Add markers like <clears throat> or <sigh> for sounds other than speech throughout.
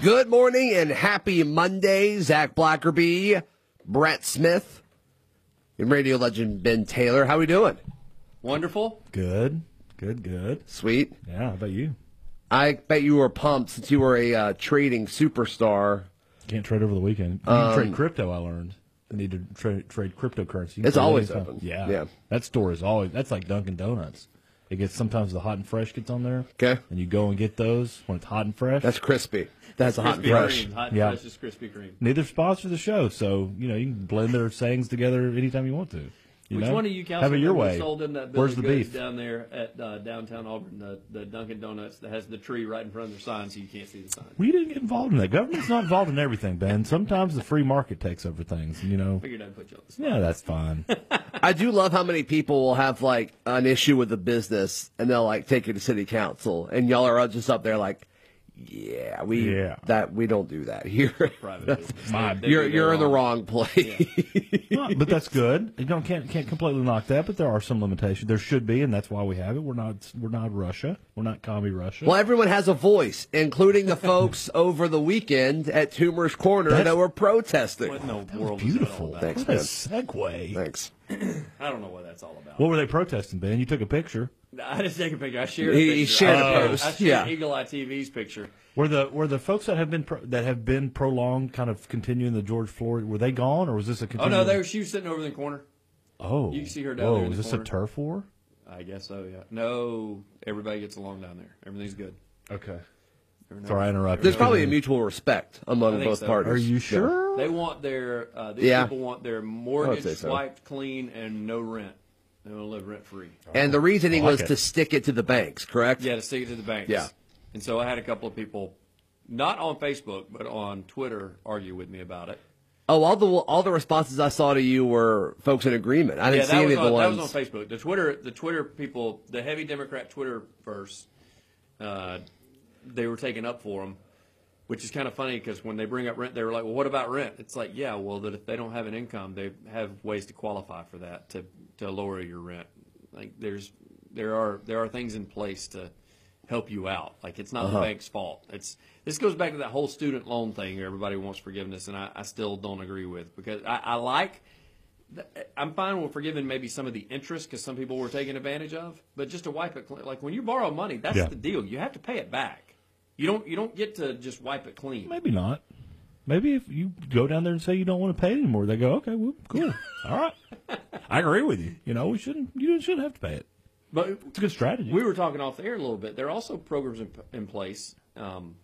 Good morning and happy Monday, Zach Blackerby, Brett Smith, and radio legend Ben Taylor. How we doing? Wonderful. Good. Good, good. Sweet. Yeah, how about you? I bet you were pumped since you were a uh, trading superstar. Can't trade over the weekend. You can Um, trade crypto, I learned. They need to tra- trade cryptocurrency. You can It's trade always anytime. open. Yeah. Yeah. That store is always, that's like Dunkin' Donuts. It gets sometimes the hot and fresh gets on there. 'Kay. And you go and get those when it's hot and fresh. That's crispy. That's hot and Krispy fresh. Kreme. Hot and Yeah. fresh is Krispy Kreme. Neither sponsor the show, so you know you can blend their sayings together anytime you want to. you Which know? one of you council Have it your members way. sold in that bill Where's of the goods beef? down there at uh, downtown Auburn, the, the Dunkin' Donuts that has the tree right in front of their sign so you can't see the sign? We didn't get involved in that. Government's not involved in everything, Ben. Sometimes the free market takes over things. You know. Figured I'd put you on the spot. Yeah, that's fine. I do love how many people will have like an issue with the business and they'll like take it to city council and y'all are all just up there like, yeah, we Yeah. that we don't do that here. Private <laughs> business. My They- they you're do you're their in the own. wrong place. No, but that's good. You don't can't can't completely knock that, but there are some limitations. There should be, and that's why we have it. We're not we're not Russia. We're not commie Russia. Well, everyone has a voice, including the <laughs> folks over the weekend at Tumor's Corner That's- that were protesting. What in the That world was is that all beautiful. about? Thanks, what a segue. Thanks. I don't know what that's all about. What were they protesting, Ben? You took a picture. I just take a picture. I shared a He- picture. Oh, he shared I a shared- post, I shared yeah. Eagle Eye TV's picture. Were the were the folks that have been pro, that have been prolonged, kind of continuing the George Floyd? Were they gone, or was this a? Oh, Continuing, no, there she was sitting over in the corner. Oh, you can see her down whoa, there in is the this corner. a turf war? I guess so, yeah. No, everybody gets along down there. Everything's good. Okay. Everyone- Sorry, I interrupted. There's probably a mutual respect among think both so. parties. Are you Yeah. sure? They want their uh, these Yeah. people want their I would say mortgage so. wiped clean and no rent. They want to live rent free. And the reasoning I like was it. to stick it to the banks, correct? Yeah, to stick it to the banks. Yeah. And so I had a couple of people, not on Facebook but on Twitter, argue with me about it. Oh, all the all the responses I saw to you were folks in agreement. I Yeah, didn't see that any was, of the on, that ones. was on Facebook. The Twitter, the Twitter people, the heavy Democrat Twitter verse, uh, they were taken up for them, which is kind of funny because when they bring up rent, they were like, "Well, what about rent?" It's like, yeah, well, that if they don't have an income, they have ways to qualify for that to to lower your rent. Like there's there are there are things in place to help you out. Like it's not the bank's fault. It's this goes back to that whole student loan thing. where Everybody wants forgiveness, and I, I still don't agree with because I, I like. I'm fine with forgiving maybe some of the interest because some people were taken advantage of, but just to wipe it clean, like when you borrow money, that's Yeah. the deal. You have to pay it back. You don't you don't get to just wipe it clean. Maybe not. Maybe if you go down there and say you don't want to pay anymore, they go, okay, well, <laughs> cool, all right. I agree with you. You know, we shouldn't. You shouldn't have to pay it. But It's a good strategy. we were talking off the air a little bit. There are also programs in, in place. Um,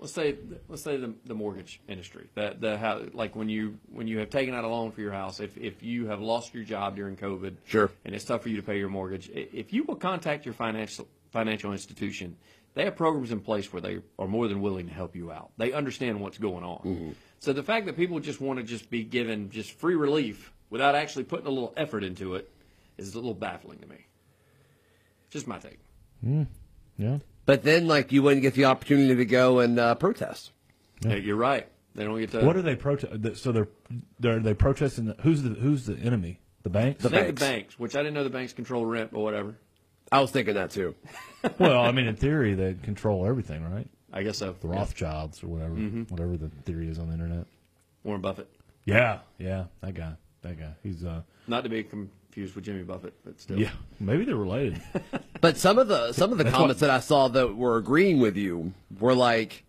let's say let's say the, the mortgage industry. The the how like when you when you have taken out a loan for your house, if if you have lost your job during COVID, Sure. and it's tough for you to pay your mortgage. i- If you will contact your financial financial institution, they have programs in place where they are more than willing to help you out. They understand what's going on. So the fact that people just want to just be given just free relief without actually putting a little effort into it is a little baffling to me. Just my take. yeah. But then, like, you wouldn't get the opportunity to go and uh, protest. Yeah, you're right. They don't get to. What are they protest? So they're they're they protesting. The, who's the who's the enemy? The banks. I think banks? the banks, which I didn't know the banks control rent, but whatever. I was thinking that too. <laughs> well, I mean, in theory, they control everything, right? I guess so. The Rothschilds or whatever, whatever the theory is on the internet. Warren Buffett, Yeah, yeah, that guy, that guy. He's uh, not to be confused with Jimmy Buffett, but still. yeah. Maybe they're related. But some of the some of the That's comments what- that I saw that were agreeing with you were like,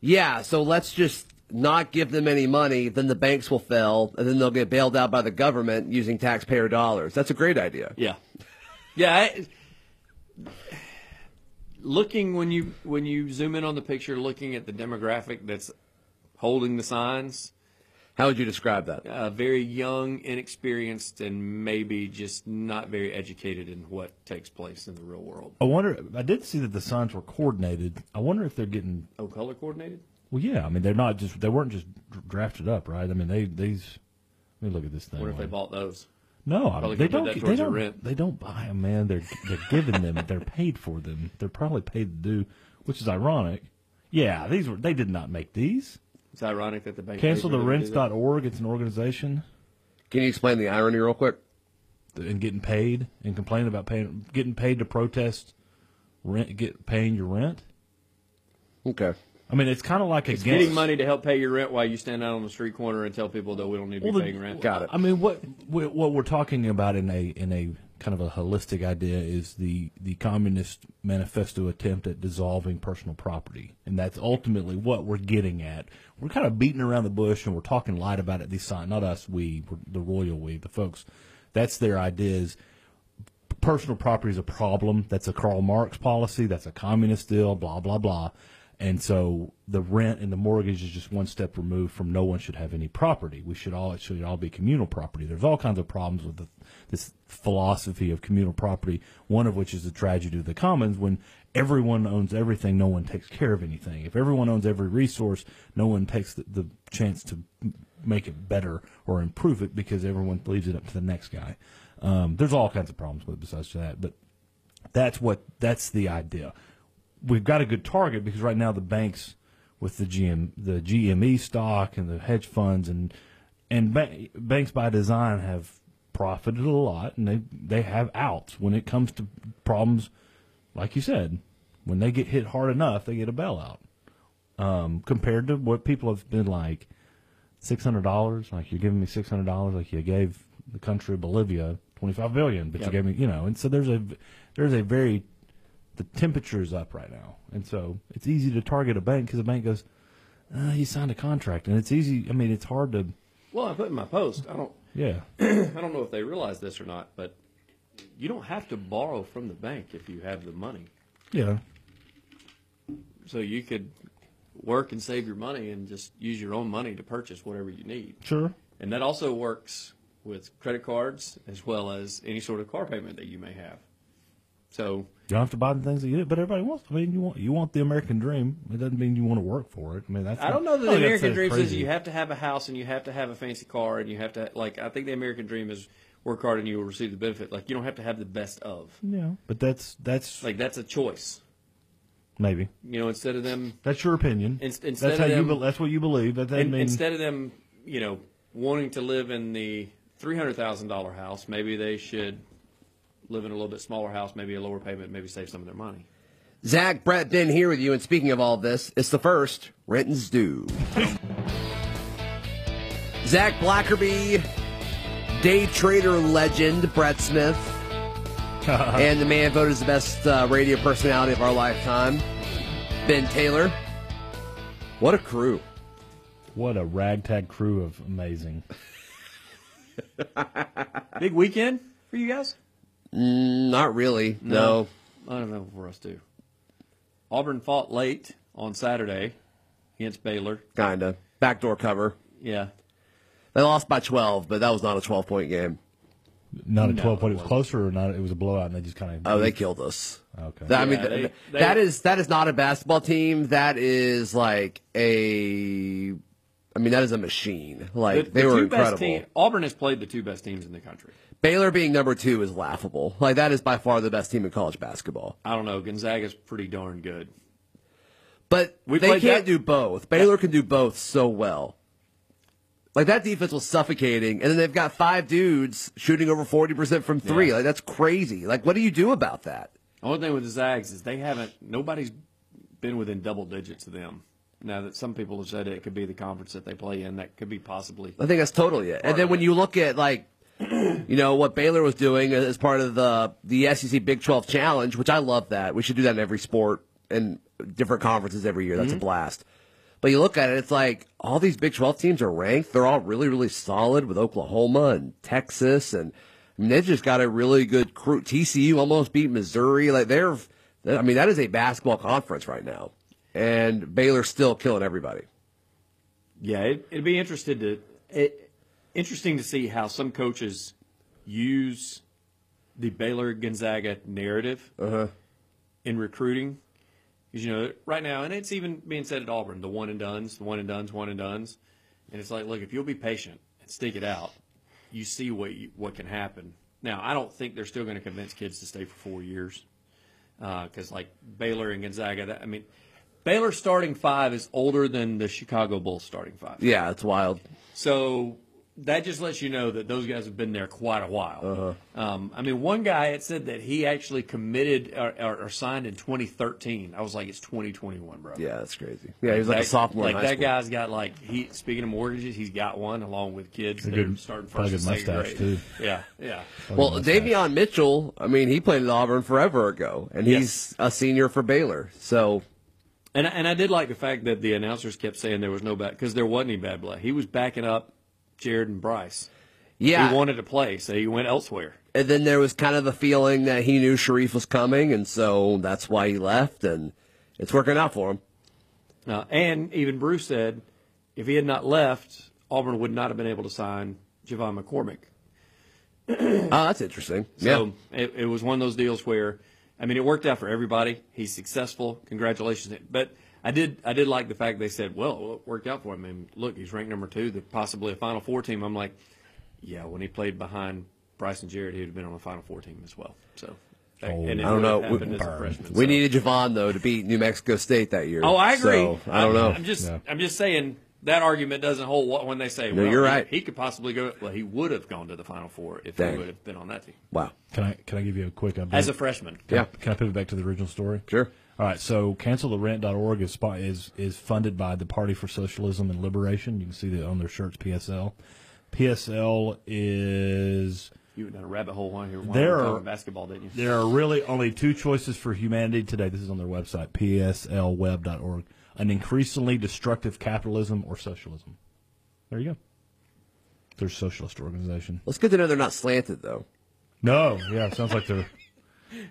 "Yeah, so let's just not give them any money, then the banks will fail, and then they'll get bailed out by the government using taxpayer dollars." That's a great idea. Yeah, yeah. I, looking when you when you zoom in on the picture, looking at the demographic that's holding the signs, How would you describe that? uh, very young, inexperienced, and maybe just not very educated in what takes place in the real world. <laughs> I wonder. I did see that the signs were coordinated. I wonder if they're getting Oh, color coordinated. Well, yeah. I mean, they're not just they weren't just dr- drafted up, right? I mean, they these. Let me look at this thing. What if they Wayne. bought those? No, I Probably mean, they could put don't. that They towards your don't, rent. they don't buy them, man. They're they're given them. <laughs> They're paid for them. They're probably paid to do, which is ironic. Yeah, these were they did not make these. It's ironic that the bank Cancel the rents. rents.org. It's an organization Can you explain the irony real quick? and getting paid and complaining about paying getting paid to protest rent get paying your rent. Okay. I mean, it's kind of like It's against getting money to help pay your rent while you stand out on the street corner and tell people that we don't need to Well, be the- paying rent. Got it. I mean, what we- what we're talking about in a in a kind of a holistic idea is the the communist manifesto attempt at dissolving personal property, and that's ultimately what we're getting at. We're kind of beating around the bush, and we're talking light about it. These sign, not us, we, we're the royal we, the folks. That's their idea is personal property is a problem. That's a Karl Marx policy. That's a communist deal. Blah blah blah. And so the rent and the mortgage is just one step removed from no one should have any property. We should all it should all be communal property. There's all kinds of problems with the, this philosophy of communal property. One of which is the tragedy of the commons when everyone owns everything, no one takes care of anything. If everyone owns every resource, no one takes the, the chance to m- make it better or improve it because everyone leaves it up to the next guy. Um, there's all kinds of problems with it besides that, but that's what that's the idea. We've got a good target because right now the banks with the GM the GME stock and the hedge funds and and ba- banks by design have profited a lot and they they have outs when it comes to problems like you said when they get hit hard enough they get a bailout um, compared to what people have been like six hundred dollars. Like you're giving me six hundred dollars. Like you gave the country of Bolivia twenty five billion, but you Yep. gave me, you know. And so there's a there's a very the temperature is up right now, and so it's easy to target a bank because the bank goes, uh, he signed a contract, and it's easy. I mean, it's hard to Well, I put in my post. I don't. <clears throat> yeah. I don't know if they realize this or not, but you don't have to borrow from the bank if you have the money. Yeah. So you could work and save your money and just use your own money to purchase whatever you need. Sure. And that also works with credit cards as well as any sort of car payment that you may have. So You don't have to buy the things that you did, but everybody wants. I mean, you want you want the American dream. It doesn't mean you want to work for it. I mean, that's I not- don't know that the think Oh, that's American that dream says crazy. you have to have a house and you have to have a fancy car and you have to like I think the American dream is work hard and you will receive the benefit. Like you don't have to have the best of. Yeah, but that's that's Like that's a choice. maybe You know, instead of them that's your opinion. Inst- instead that's of how you. them- Be, that's what you believe. That that in- means instead of them, you know, wanting to live in the three hundred thousand dollar house, maybe they should live in a little bit smaller house, maybe a lower payment, maybe save some of their money. Zach, Brett, Ben here with you. And speaking of all this, it's the first Renton's Due. Zach Blackerby, day trader legend, Brett Smith, and the man voted as the best uh, radio personality of our lifetime, Ben Taylor. What a crew. What a ragtag crew of amazing. Big weekend for you guys? Not really, no. I don't know for us too. Auburn fought late on Saturday against Baylor. Kinda. Backdoor cover. Yeah. They lost by 12, but that was not a 12 point game. Not a No, twelve point. it It was closer or not? It was a blowout, and they just kind of. Oh, they killed us. Okay. That- I mean, Yeah, they- th- they- that is that is not a basketball team. That is like a, I mean, that is a machine. Like they were incredible. Best team, Auburn has played the two best teams in the country. Baylor being number two is laughable. Like that is by far the best team in college basketball. I don't know. Gonzaga's pretty darn good. But We they played can't that- do both. Baylor can do both so well. Like that defense was suffocating, and then they've got five dudes shooting over forty percent from three. Yeah. Like that's crazy. Like what do you do about that? Only thing with the Zags is they haven't. Nobody's been within double digits of them. Now that some people have said it could be the conference that they play in, that could be possibly. I think that's totally it. And then when you look at like, you know what Baylor was doing as part of the the SEC Big Twelve Challenge, which I love that. We should do that in every sport and different conferences every year. That's a blast. But you look at it, it's like all these Big Twelve teams are ranked. They're all really really solid with Oklahoma and Texas, and I mean they just got a really good crew. TCU almost beat Missouri. Like they're, I mean that is a basketball conference right now, and Baylor's still killing everybody. Yeah, it, it'd be interested to it, interesting to see how some coaches use the Baylor Gonzaga narrative in recruiting. Because you know, right now, and it's even being said at Auburn, the one and duns, the one and duns, one and duns, and it's like, look, if you'll be patient and stick it out, you see what you, what can happen. Now, I don't think they're still going to convince kids to stay for four years, because like Baylor and Gonzaga, that, I mean, Baylor's starting five is older than the Chicago Bulls starting five. Yeah, it's wild. So that just lets you know that those guys have been there quite a Uh-huh. while. Um, I mean, one guy it said that he actually committed or, or, or signed in 2013. I was like, it's 2021, bro. Yeah, that's crazy. Yeah, he was like a That- sophomore. in Like high that school. guy's got like he. Speaking of mortgages, he's got one along with kids. that are good- starting probably first and good second mustache, grade. too. Yeah, yeah. Well, Davion Mitchell, I mean, he played at Auburn forever ago, and he's a senior for Baylor. So, And and I did like the fact that the announcers kept saying there was no bad because there wasn't any bad blood. He was backing up Jared and Bryce. yeah. He wanted to play, so he went elsewhere. and then there was kind of the feeling that he knew Sharif was coming, and so that's why he left, and it's working out for him. Uh, and even Bruce said, if he had not left, Auburn would not have been able to sign Javon McCormick. Oh, that's interesting. yeah. So it, it was one of those deals where, I mean, it worked out for everybody. He's successful. Congratulations. But I did, I did like the fact they said, well, it worked out for him. And look, he's ranked number two, the, possibly a Final Four team. I'm like, yeah, when he played behind Bryce and Jared, he would have been on the Final Four team as well. So, I Oh, don't would have know. We- happened as a burn. freshman, We so. needed Javon, though, to beat New Mexico State that year. Oh, I agree. So, I don't I'm- know. I'm just, Yeah. I'm just saying that argument doesn't hold wa- when they say, No, well, you're he- right. He, could possibly go. Well, he would have gone to the Final Four if Dang. he would have been on that team wow. Can I can I give you a quick update? as a freshman. Yeah. Can I pivot back to the original story? Sure. All right. So canceltherent.org is spo- is is funded by the Party for Socialism and Liberation. You can see that on their shirts. PSL. PSL is You went down a rabbit hole while you were There there are- talking basketball, didn't you? there are really only two choices for humanity today. This is on their website, pslweb.org. An increasingly destructive capitalism or socialism. There you go. They're a socialist organization. Well, it's good to know they're not slanted, though. No, yeah, sounds like they're.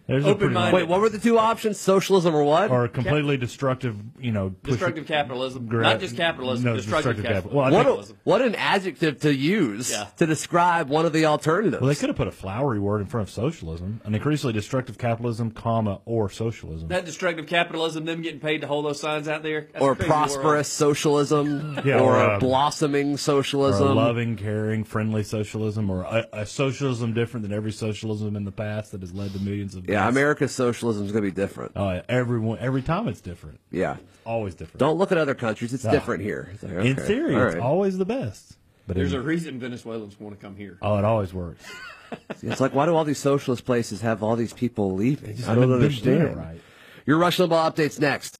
There's a pretty Open-minded. long- Wait, what were the two options? Socialism or what? or completely destructive, you know, push- Destructive capitalism, Gra- not just capitalism. no, destructive, destructive capital- capitalism. well, I what, a, capitalism. what an adjective to use Yeah. to describe one of the alternatives. Well, they could have put a flowery word in front of socialism, an increasingly destructive capitalism, comma, or socialism. that destructive capitalism, them getting paid to hold those signs out there, that's or a crazy prosperous world. socialism, Yeah, or, or, a um, blossoming or a um, socialism. loving, caring, friendly socialism, or a, a socialism different than every socialism in the past that has led to millions of yeah, America's socialism is going to be different. Uh, everyone, every time it's different, Yeah, always different. don't look at other countries; it's Ah. different here. It's like, in okay, theory, all it's right. always the best. But There's in- a reason Venezuelans want to come here. oh, it always works. It's like why do all these socialist places have all these people leaving? I don't haven't been doing it understand. right. Your Rush Limbaugh updates next.